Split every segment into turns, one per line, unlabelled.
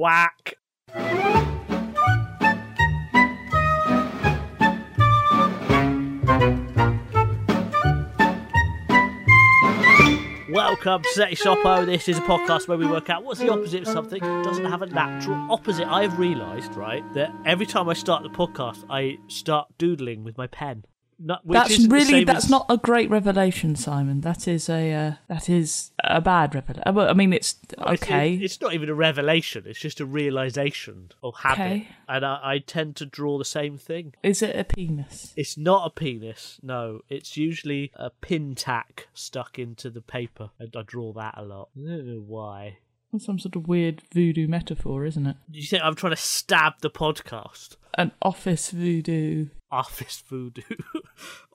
Quack. Welcome to Seti Shoppo. This is a podcast where we work out what's the opposite of something that doesn't have a natural opposite. I have realised, right, that every time I start the podcast, I start doodling with my pen. Not, which
that's
isn't the
really
same
that's
as-
not a great revelation, Simon. That is a uh, that is a bad revelation. I mean, it's
It's-
okay.
it- It's, not even a revelation. It's just a realization of habit.
Okay.
And I, I tend to draw the same thing.
is it a penis?
It's not a penis. No, it's usually a pin tack stuck into the paper, and I draw that a lot. I don't know why.
That's some sort of weird voodoo metaphor, isn't it?
You think I'm trying to stab the podcast?
An office voodoo.
Office Voodoo.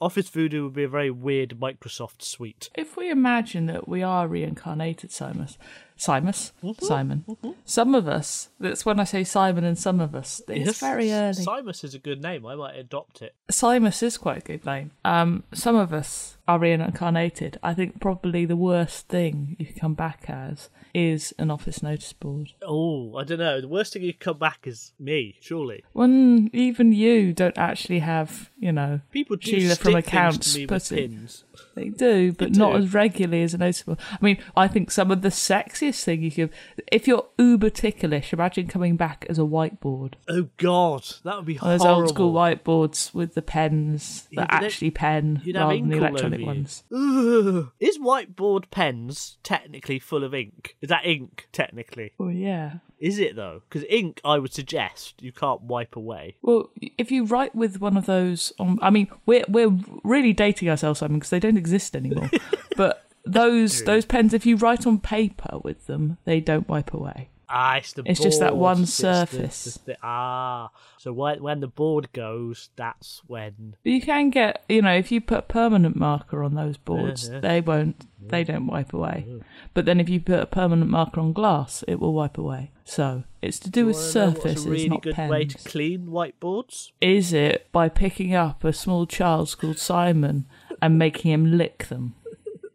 Office Voodoo would be a very weird Microsoft suite.
If we imagine that we are reincarnated, Simus, Simus, Mm-hmm. Simon,
Mm-hmm.
some of us. That's when I say Simon and some of us. It's
Yes,
very early.
Simus is a good name. I might adopt it.
Simus is quite a good name. Um, some of us are reincarnated. I think probably the worst thing you can come back as is an office notice board.
Oh, I don't know. The worst thing you could come back is me, surely.
When even you don't actually have, you know,
People do
Sheila
stick
from
things
accounts
to me with
pussy.
pins.
They do, but
They
not
do.
as regularly as a noticeable. I mean, I think some of the sexiest thing you could, if you're uber ticklish, imagine coming back as a whiteboard.
Oh God, that would be
One of Oh, those
horrible.
old school whiteboards with the pens that
You'd have-
actually pen
You'd have
rather than
ink
the
all over
electronic
you.
ones.
Ugh. Is whiteboard pens technically full of ink? Is that ink technically?
Well, yeah.
Is it though? Because ink, I would suggest you can't wipe away.
Well, if you write with one of those, on, I mean, we're we're really dating ourselves, Simon, because they don't exist anymore. but those those pens, if you write on paper with them, they don't wipe away.
Ah, it's the
It's just that
board.
one
It's the-
surface.
it's the- ah, so whi- when the board goes, that's when.
But you can get, you know, if you put a permanent marker on those boards,
Yeah, yeah.
they won't, they don't wipe away. But then if you put a permanent marker on glass, it will wipe away. So it's to do with
Wanna know what's
surfaces,
a really
not
good
pens.
way to clean whiteboards.
Is it by picking up a small child called Simon and making him lick them?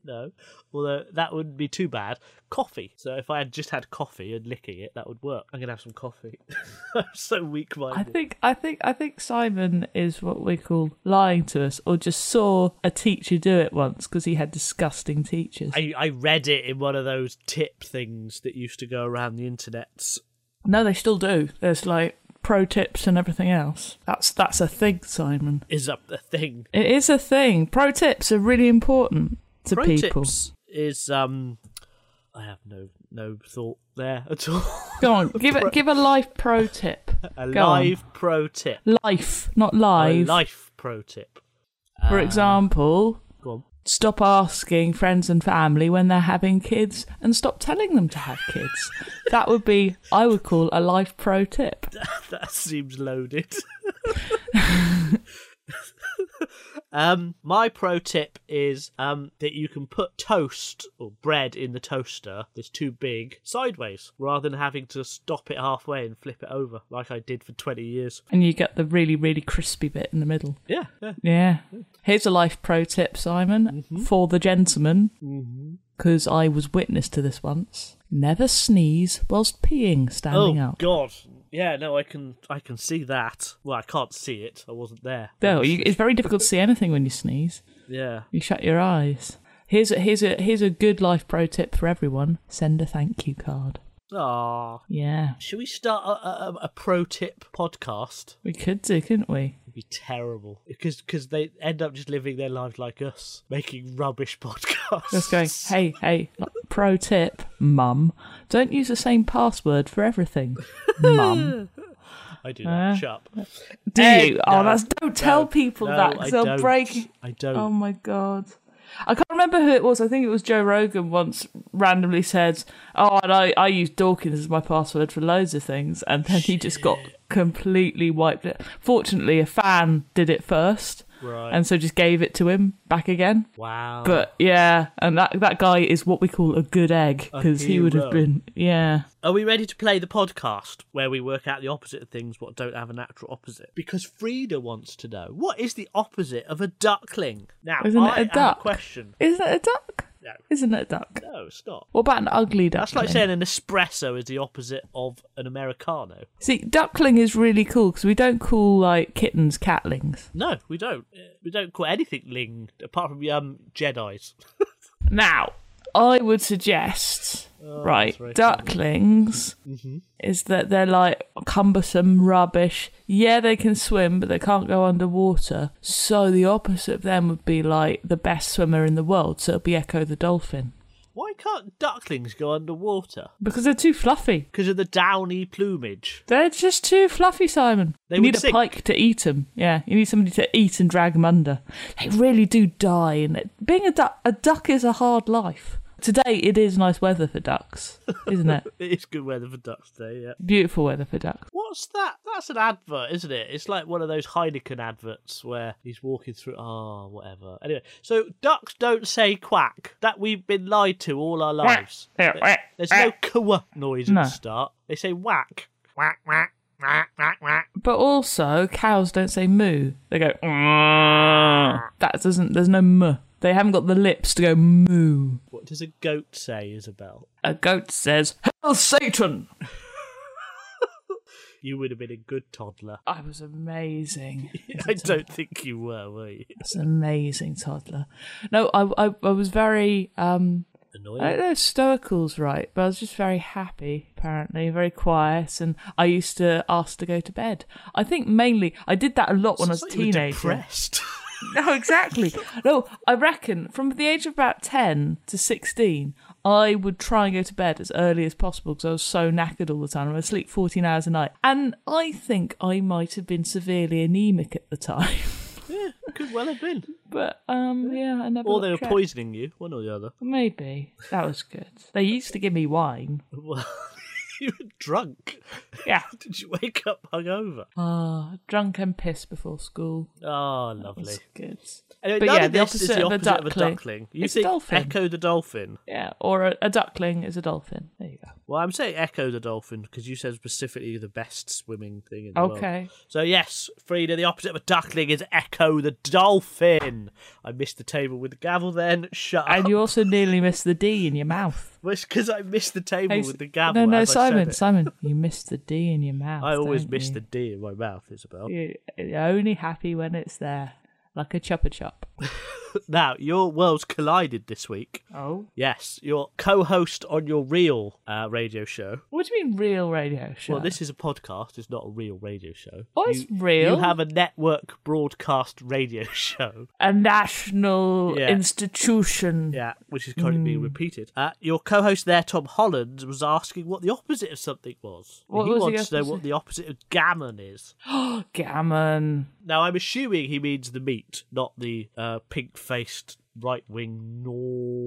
No, although that wouldn't be too bad. Coffee. So if I had just had coffee and licking it, that would work. I'm gonna have some coffee. I'm so
I
weak-minded.
think I think I think Simon is what we call lying to us, or just saw a teacher do it once because he had disgusting teachers.
I, I read it in one of those tip things that used to go around the internet.
no, they still do. There's like pro tips and everything else. That's that's a thing, Simon.
Is up the thing.
It is a thing. Pro tips are really important to
Pro
people.
tips is um, I have no no thought there at all.
Go on, give a give a life pro tip.
A
Go on.
live pro tip.
Life, not
A
live.
life pro tip.
For
Uh,
example,
go on.
stop asking friends and family when they're having kids and stop telling them to have kids. that would be, I would call a life pro tip.
that seems loaded. um, my pro tip is um, that you can put toast or bread in the toaster that's too big sideways rather than having to stop it halfway and flip it over like I did for 20 years.
And you get the really, really crispy bit in the middle.
Yeah. yeah.
Yeah. Here's a life pro tip, Simon,
Mm-hmm.
for the gentleman, because I was witness to this once. Never sneeze whilst peeing standing
Oh
up.
god. Yeah, no, I can I can see that. Well, I can't see it. I wasn't there.
No, you, it's very difficult to see anything when you sneeze.
Yeah.
You shut your eyes. Here's a, here's a here's a good life pro tip for everyone. Send a thank you card.
Ah.
Yeah.
Should we start a, a, a pro tip podcast?
We could do, couldn't we?
It'd be terrible because because they end up just living their lives like us, making rubbish podcasts.
Just going, hey, hey, like, pro tip, mum, don't use the same password for everything, mum.
I do that.
Uh,
Shut up.
Do
Hey,
you? Oh,
no,
that's don't tell
no,
people
no,
that because
I
they'll
don't.
break.
I don't.
Oh my god. I can't remember who it was. I think it was Joe Rogan once randomly said, "Oh, and I, I use Dawkins as my password for loads of things," and then he just got completely wiped. It. Fortunately, a fan did it first,
Right.
and so just gave it to him back again.
wow.
But yeah, and that that guy is what we call a good egg
A
because he would
hero.
have been yeah.
Are we ready to play the podcast where we work out the opposite of things what don't have a natural opposite? Because Frida wants to know what is the opposite of a duckling. Now,
Isn't it
I
a
have
duck?
a question.
Isn't it a duck?
No,
Isn't it a duck?
no, it's not.
What about an ugly duckling?
That's like saying an espresso is the opposite of an Americano.
See, duckling is really cool because we don't call like kittens catlings.
No, we don't. Uh, We don't call anything Ling apart from um Jedi's.
Now, I would suggest right
Oh, very Mm-hmm.
ducklings is that they're like cumbersome rubbish. Yeah, they can swim, but they can't go underwater. So the opposite of them would be like the best swimmer in the world. So it'd be Echo the dolphin
Why can't ducklings go underwater?
because they're too fluffy.
Because of the downy plumage.
They're just too fluffy, Simon.
They
you
would
need a
sink.
pike to eat them. Yeah, you need somebody to eat and drag them under. They really do die. And it- being a duck, a duck is a hard life. Today it is nice weather for ducks, isn't it?
It's good weather for ducks today, yeah.
Beautiful weather for ducks.
What's that? That's an advert, isn't it? It's like one of those Heineken adverts where he's walking through. Ah, whatever. Anyway, so ducks don't say quack. That we've been lied to all our lives.
Yeah, yeah,
There's no kwa noise at
No.
the start. They say whack. Whack, whack.
But also, cows don't say moo. They go. "Meow." That doesn't. There's no m. They haven't got the lips to go moo.
What does a goat say, Isabel?
A goat says, "Hell, Satan!"
You would have been a good toddler.
I was amazing.
I don't think you were, were you?
That's an amazing toddler. No, I, I, I was very, um, I
Annoying.
don't know if stoical's right, but I was just very happy, apparently, very quiet, and I used to ask to go to bed. I think mainly, I did that a lot when I was a
It's like you were
teenager.
depressed.
No, exactly. No, I reckon from the age of about 10 to 16, I would try and go to bed as early as possible because I was so knackered all the time. I would sleep 14 hours a night. And I think I might have been severely anemic at the time.
yeah, could well have been.
But um, yeah, I never.
Or
got
they were
checked.
poisoning you, one or the other.
Maybe that was good. They used to give me wine.
Well, you were drunk.
Yeah,
Did you wake up hungover?
uh, drunk and pissed before school.
Oh, lovely.
That's good.
Anyway,
But
none
yeah,
of
the
this is
opposite
the
of a
opposite of a
duckling.
duckling. You
It's a
think
dolphin.
Echo the dolphin.
Yeah, or a, a duckling is a dolphin. There you go.
Well, I'm saying Echo the dolphin because you said specifically the best swimming thing in the world.
Okay.
So yes, Frida, the opposite of a duckling is Echo the dolphin. I missed the table with the gavel then. Shut
And
up.
you also nearly missed the D in your mouth.
Well, It's because I missed the table
Hey,
with the gavel.
no, no,
as I, said
Simon,
it.
Simon, you missed the D in your mouth.
I always
don't
miss
you?
the D in my mouth, Isabel.
You- You're only happy when it's there, like a chopper chop.
Now, your worlds collided this week.
Oh,
Yes, your co-host on your real uh, radio show.
what do you mean, real radio show?
Well, this is a podcast. It's not a real radio show.
Oh, it's
You-
real.
You have a network broadcast radio show.
a national
Yeah.
institution.
Yeah, which is currently
Hmm.
being repeated. Uh, your co-host there, Tom Holland, was asking what the opposite of something was.
What
he
was the
wants to know
opposite?
what the opposite of gammon is.
Gammon.
Now, I'm assuming he means the meat, not the uh, pink-faced right-wing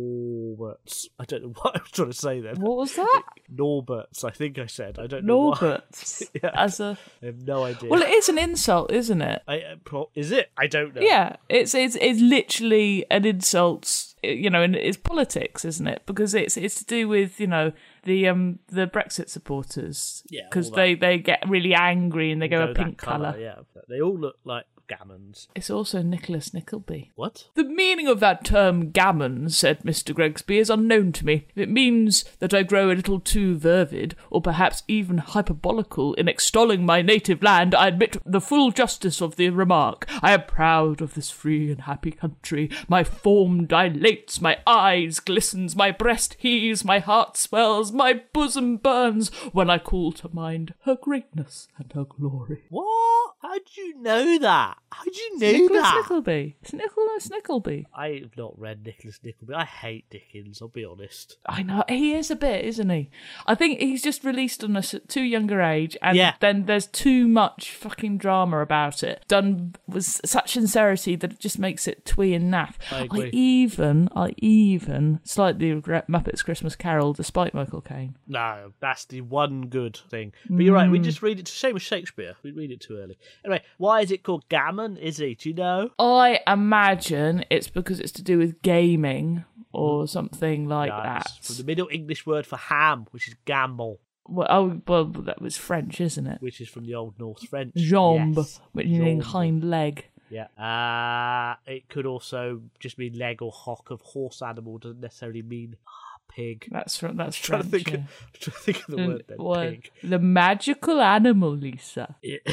Norberts. I don't know what I was trying to say then.
What was that?
Norberts, I think I said. I don't know why.
Norberts. As a
I have no idea.
well, it is an insult, isn't it?
I, uh, pro- is it? I don't know.
Yeah, it's it's it's literally an insult. You know, and it's politics, isn't it? Because it's it's to do with you know the um the Brexit supporters.
Yeah,
because
all
they they get really angry and they go,
Go
a
that
pink color.
Yeah, but they all look like gammons.
It's also Nicholas Nickleby.
What?
The meaning of that term gammon, said Mr. Gregsby, is unknown to me. It means that I grow a little too vervid, or perhaps even hyperbolical, in extolling my native land. I admit the full justice of the remark. I am proud of this free and happy country. My form dilates, my eyes glistens, my breast heaves, my heart swells, my bosom burns, when I call to mind her greatness and her glory.
What? How'd you know that? How'd you know
Nicholas
that?
Nickleby. It's Nicholas Nickleby.
I've not read Nicholas Nickleby. I hate Dickens, I'll be honest.
I know he is a bit, isn't he? I think he's just released on us at too younger age, and
Yeah.
then there's too much fucking drama about it, done with such sincerity that it just makes it twee and naff.
I agree.
even, I even slightly regret Muppets Christmas Carol, despite Michael Caine.
No, that's the one good thing. But you're right, we just read it, same as Shakespeare, we read it too early. Anyway, why is it called gammon, is it? Do you know?
I imagine it's because it's to do with gaming or something like
No,
that.
it's from Mm. the Middle English word for ham, which is gamble,
Well, oh, well, that was French, isn't it?
which is from the Old Norse French.
Jambe,
Yes.
which meaning
Jambe.
hind leg.
Yeah. Uh, it could also just mean leg or hock of horse animal. Doesn't necessarily mean ah, pig.
That's from that's
trying to
French,
think.
yeah.
Of, trying to think of the
And
word. Then.
what-
Pig.
The magical animal, Lisa.
Yeah.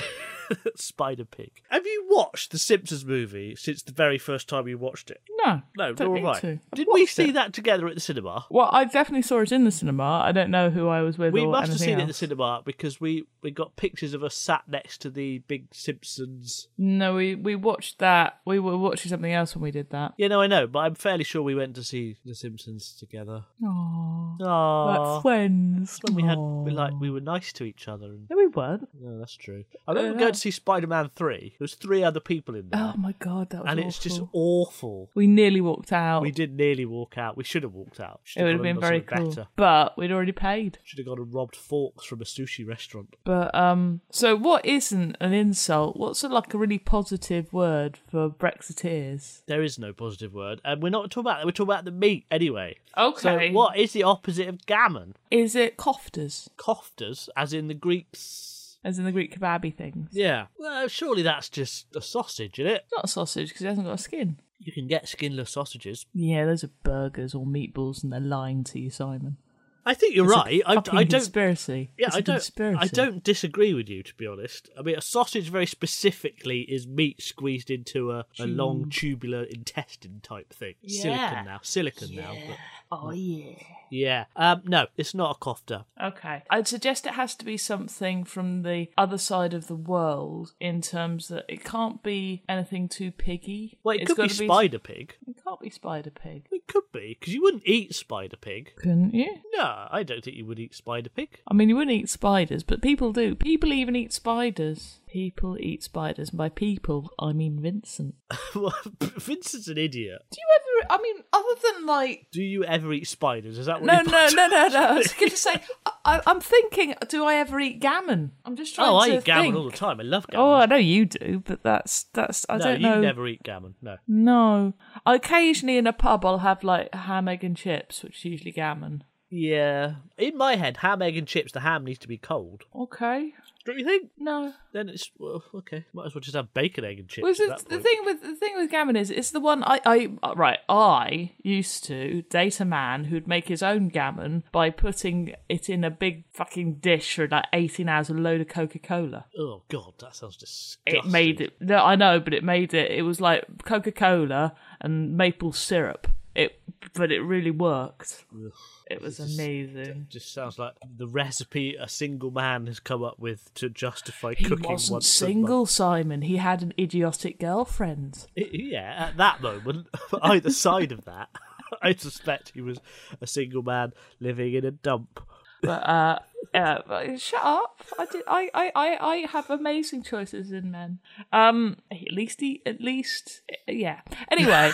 Spider pig. Have you watched the Simpsons movie since the very first time you watched it?
No,
No,
don't
nor
need
have I.
to. I've
Did we
watched
see
it.
that together at the cinema?
Well, I definitely saw it in the cinema. I don't know who I was with.
We
or
must have
anything
seen it at the
else.
cinema because we, we got pictures of us sat next to the big Simpsons.
No, we we watched that. We were watching something else when we did that.
Yeah, no, I know, but I'm fairly sure we went to see the Simpsons together.
Aww.
Aww.
Like friends.
when we had we,
Aww.
like we were nice to each other and
No, we weren't.
no, that's true. I remember
Yeah.
going to see Spider Man three. There was three other people in there.
Oh my god, that was
and
awful.
it's just awful.
we nearly walked out.
We did nearly walk out. We should have walked out. Should
it would have
gone and
been
done
very
something
cool, but we'd already paid.
Should have gone and robbed forks from a sushi restaurant.
But um, so what isn't an insult? What's a, like a really positive word for Brexiteers?
There is no positive word, and we're not talking about that. We're talking about the meat anyway.
Okay.
So, what is the opposite of gammon?
is it? Cofters,
Koftas, as in the Greeks.
as in the Greek kebaby things.
Yeah. Well, surely that's just a sausage, isn't it?
It's not a sausage because it hasn't got a skin.
You can get skinless sausages.
Yeah, those are burgers or meatballs, and they're lying to you, Simon.
I think you're right. I,
Fucking
I don't
conspiracy.
Yeah,
It's a
I don't.
Conspiracy.
I don't disagree with you, to be honest. I mean, a sausage very specifically is meat squeezed into a, a long tubular intestine type thing.
Yeah.
Silicon now, silicon now. But
Oh yeah.
yeah. Um, no, it's not a kofta.
Okay. I'd suggest it has to be something from the other side of the world in terms that it can't be anything too piggy.
Well, it
It's
could be
gotta
spider pig.
It can't be spider pig.
It could be because you wouldn't eat spider pig.
Couldn't you?
No, I don't think you would eat spider pig.
I mean, you wouldn't eat spiders, but people do. People even eat spiders. People eat spiders. And by people, I mean Vincent.
Well, Vincent's an idiot.
Do you ever, I mean, other than like.
Do you ever eat spiders? Is that what
No,
you-
no, no, no, no. I was going to say, I- I, I'm thinking, do I ever eat gammon? I'm just trying
Oh,
to.
I eat gammon
think.
all the time. I love
Oh,
gammon.
I know you do, but that's that's I
no,
don't
you
know.
never eat gammon. No.
No, occasionally in a pub I'll have like ham, egg, and chips, which is usually gammon.
Yeah. In my head, ham, egg, and chips. The ham needs to be cold.
Okay,
Don't you think?
no.
Then it's well, okay. Might as well just have bacon, egg, and chips.
Was
at
it,
that
the
point.
thing with the thing with gammon is it's the one I I uh, right I used to date a man who'd make his own gammon by putting it in a big fucking dish for like eighteen hours with a load of Coca Cola.
Oh God, that sounds disgusting.
It made it. No, I know, but it made it. It was like Coca Cola and maple syrup. It, but it really worked.
Ugh.
It was
This is-
amazing.
Just sounds like the recipe a single man has come up with to justify
He
cooking
wasn't
once
single, Simon. He had an idiotic girlfriend.
A month. I- Yeah, at that moment, either side of that, I suspect he was a single man living in a dump.
But uh, yeah, but shut up. I did. I, I, I, I have amazing choices in men. Um, at least he. At least yeah. Anyway.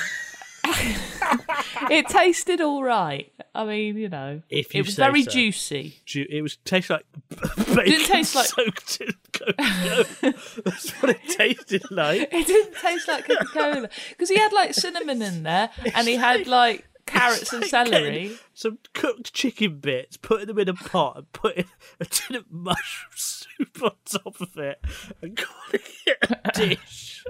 it tasted all right. I mean, you know,
If you
it was
say
very
so.
juicy.
Ju- It was tastes like bacon
taste like-
soaked in cocoa. That's what it tasted like.
It didn't taste like Coca Cola because he had like cinnamon in there, and he had like carrots and
It's like
celery.
getting Some cooked chicken bits, putting them in a pot and putting a tin of mushroom soup on top of it and calling it a dish.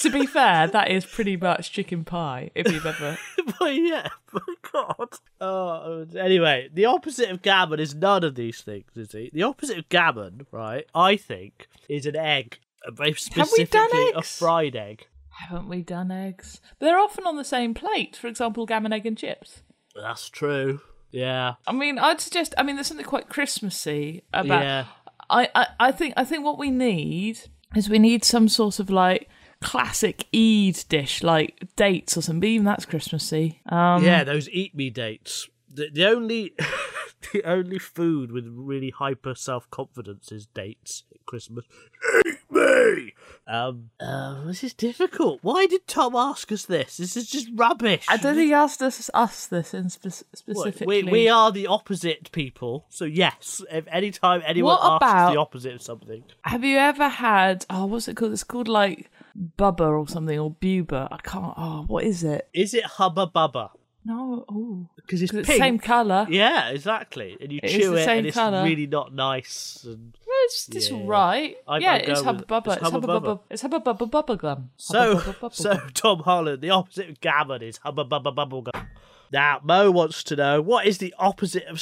To be fair, that is pretty much chicken pie if you've ever.
but yeah, my God. Oh, anyway, the opposite of gammon is none of these things, is it? The opposite of gammon, right, I think, is an egg. And Very
Have we
specifically,
done
a
eggs?
fried egg.
Haven't we done eggs? But they're often on the same plate. For example, gammon egg and chips.
That's true. Yeah.
I mean, I'd suggest. I mean, there's something quite Christmassy about.
Yeah.
I, I, I think. I think what we need is we need some sort of like classic Eid dish, like dates or something. But even that's Christmassy. Um,
yeah, those eat me dates. The, the only the only food with really hyper self confidence is dates at Christmas. Eat me. Um, uh, this is difficult. Why did Tom ask us this? This is just rubbish.
I don't think he asked us us this in spe-
Look,
specifically.
we, we are the opposite people, so yes. If any time anyone
What
asks
about-
the opposite of something,
Have you ever had? Oh, what's it called? It's called like Bubba or something or Buba. I can't. Oh, what is it?
is it hubba bubba?
No. Oh,
Because it's
it's
pink.
the same color.
Yeah, exactly. And you
It is
chew
the
it,
same
and it's
colour.
really not nice. And
it's it's
Yeah.
right.
I-
yeah,
I go
it's hubba
with-
bubba.
it's
It's hubba
Hubba
bubba. It's hubba bubba bubba gum.
So,
Hubba bubba bubba
so
gum.
Tom Holland, the opposite of gammon is hubba bubba bubble gum. Now, Mo wants to know what is the opposite of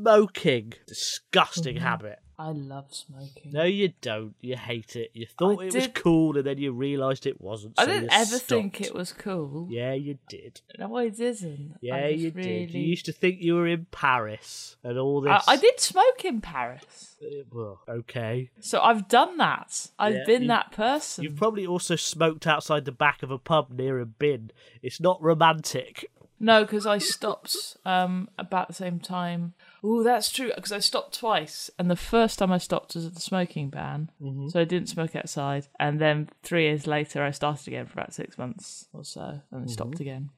smoking? Disgusting
Mm-hmm.
habit.
I love smoking.
No, you don't. You hate it. You thought
I
it was
did-
cool, and then you realised it wasn't.
I
so
didn't
you
ever
stopped.
think it was cool.
Yeah, you did.
No, I didn't.
Yeah,
I just
you
really...
did. You used to think you were in Paris and all this. Uh,
I, I did smoke in Paris,
Well, okay.
so I've done that. I've
Yeah,
been
you-
that person.
You've probably also smoked outside the back of a pub near a bin. It's not romantic.
No, because I stopped um, about the same time. Oh, that's true. Because I stopped twice, and the first time I stopped was at the smoking ban,
Mm-hmm.
so I didn't smoke outside. And then three years later, I started again for about six months or so, and then
Mm-hmm.
stopped again.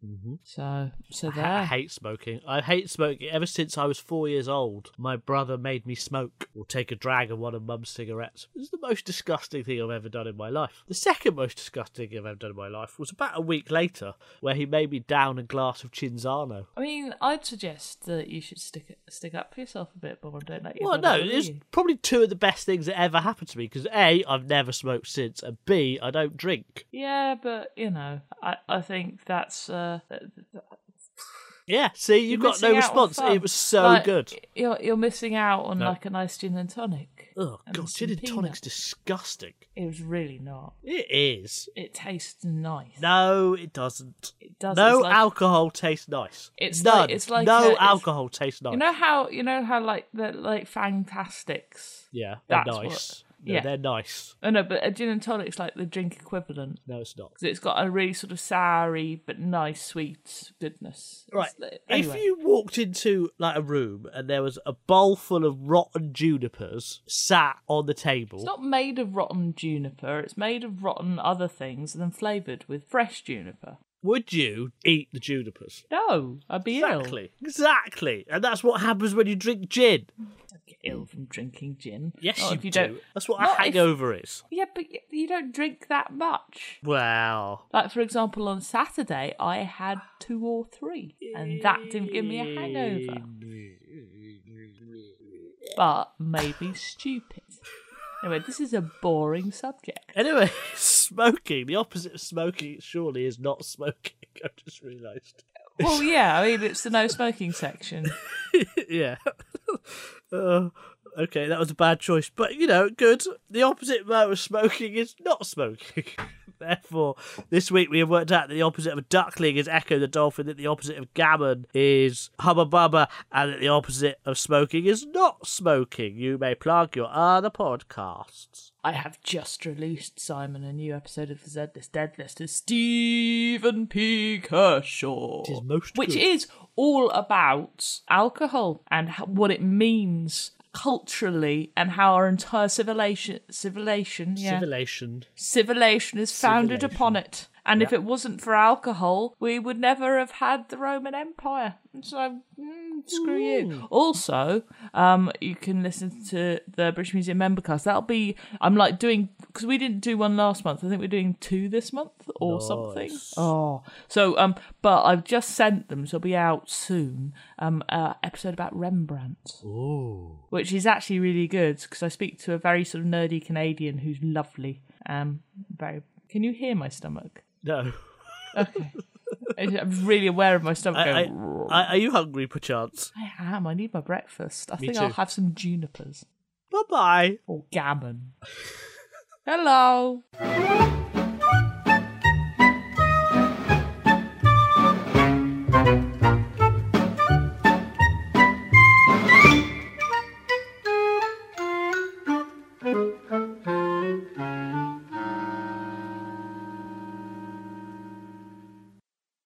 So, so there.
I hate smoking. I hate smoking. Ever since I was four years old, my brother made me smoke or take a drag of one of mum's cigarettes. It was the most disgusting thing I've ever done in my life. The second most disgusting thing I've ever done in my life was about a week later, where he made me down a glass of Cinzano.
I mean, I'd suggest that you should stick stick up for yourself a bit more and don't let your
Well, no,
brother
it
bully
was
you.
probably two of the best things that ever happened to me because A, I've never smoked since, and B, I don't drink.
Yeah, but you know, I, I think that's uh,
Yeah, see, you
You're
got no
missing out on
response.
fun.
It was so
Like, eh,
good.
You're you're missing out on like a nice gin and tonic.
Oh,
and
God,
some
gin and
peanut.
tonic's disgusting.
It was really not.
It is.
It tastes nice.
No, it doesn't.
It does.
No
it's like-
alcohol tastes nice.
It's
None.
like- it's like a-
no
it's-
alcohol tastes nice.
You know how you know how like the like Fantastics.
yeah, they're
That's what-
nice. No,
yeah.
they're nice.
Oh no, but a gin and tonic's like the drink equivalent
No, it's not.
because it's got a really sort of soury but nice sweet goodness.
Right.
It's like-
If
Anyway,
you walked into like a room and there was a bowl full of rotten junipers sat on the table,
it's not made of rotten juniper. It's made of rotten other things and then flavored with fresh juniper.
would you eat the junipers?
No, Oh, I'd be ill.
Exactly. Exactly. And that's what happens when you drink gin.
I'd get ill from drinking gin.
Yes,
Not
you,
if you
do.
don't.
That's what
Not
a
if-
hangover is.
Yeah, but y- you don't drink that much.
Wow.
Like for example, on Saturday I had two or three, and that didn't give me a hangover. But maybe stupid. Anyway, this is a boring subject.
Anyway, smoking. The opposite of smoking surely is not smoking. I just realised.
Well, yeah, I mean it's the no smoking section.
yeah. uh, okay, that was a bad choice, but you know, good. The opposite amount of smoking is not smoking. Therefore, this week we have worked out that the opposite of a duckling is Echo the dolphin, that the opposite of gammon is Hubba Bubba, and that the opposite of smoking is not smoking. You may plug your other podcasts.
I have just released Simon a new episode of the Z List Dead List is Stephen P. Kershaw,
It is most
which
good.
is all about alcohol and ho- what it means culturally and how our entire civilization civilization yeah
Civilization.
civilization is founded
Civilization.
upon it. And if it wasn't for alcohol, we would never have had the Roman Empire. So mm, screw you. Also, um, you can listen to the British Museum Membercast. That'll be I'm like doing because we didn't do one last month. I think we're doing two this month or something. Oh, so um, but I've just sent them, so it'll be out soon. Um, uh, episode about Rembrandt which is actually really good because I speak to a very sort of nerdy Canadian who's lovely. Um, very. Can you hear my stomach?
No.
Okay. I'm really aware of my stomach.
I, I,
going,
I- are you hungry, perchance?
I am. I need my breakfast. I
Me
think I'll
too.
have some junipers
Bye bye.
or gammon. Hello.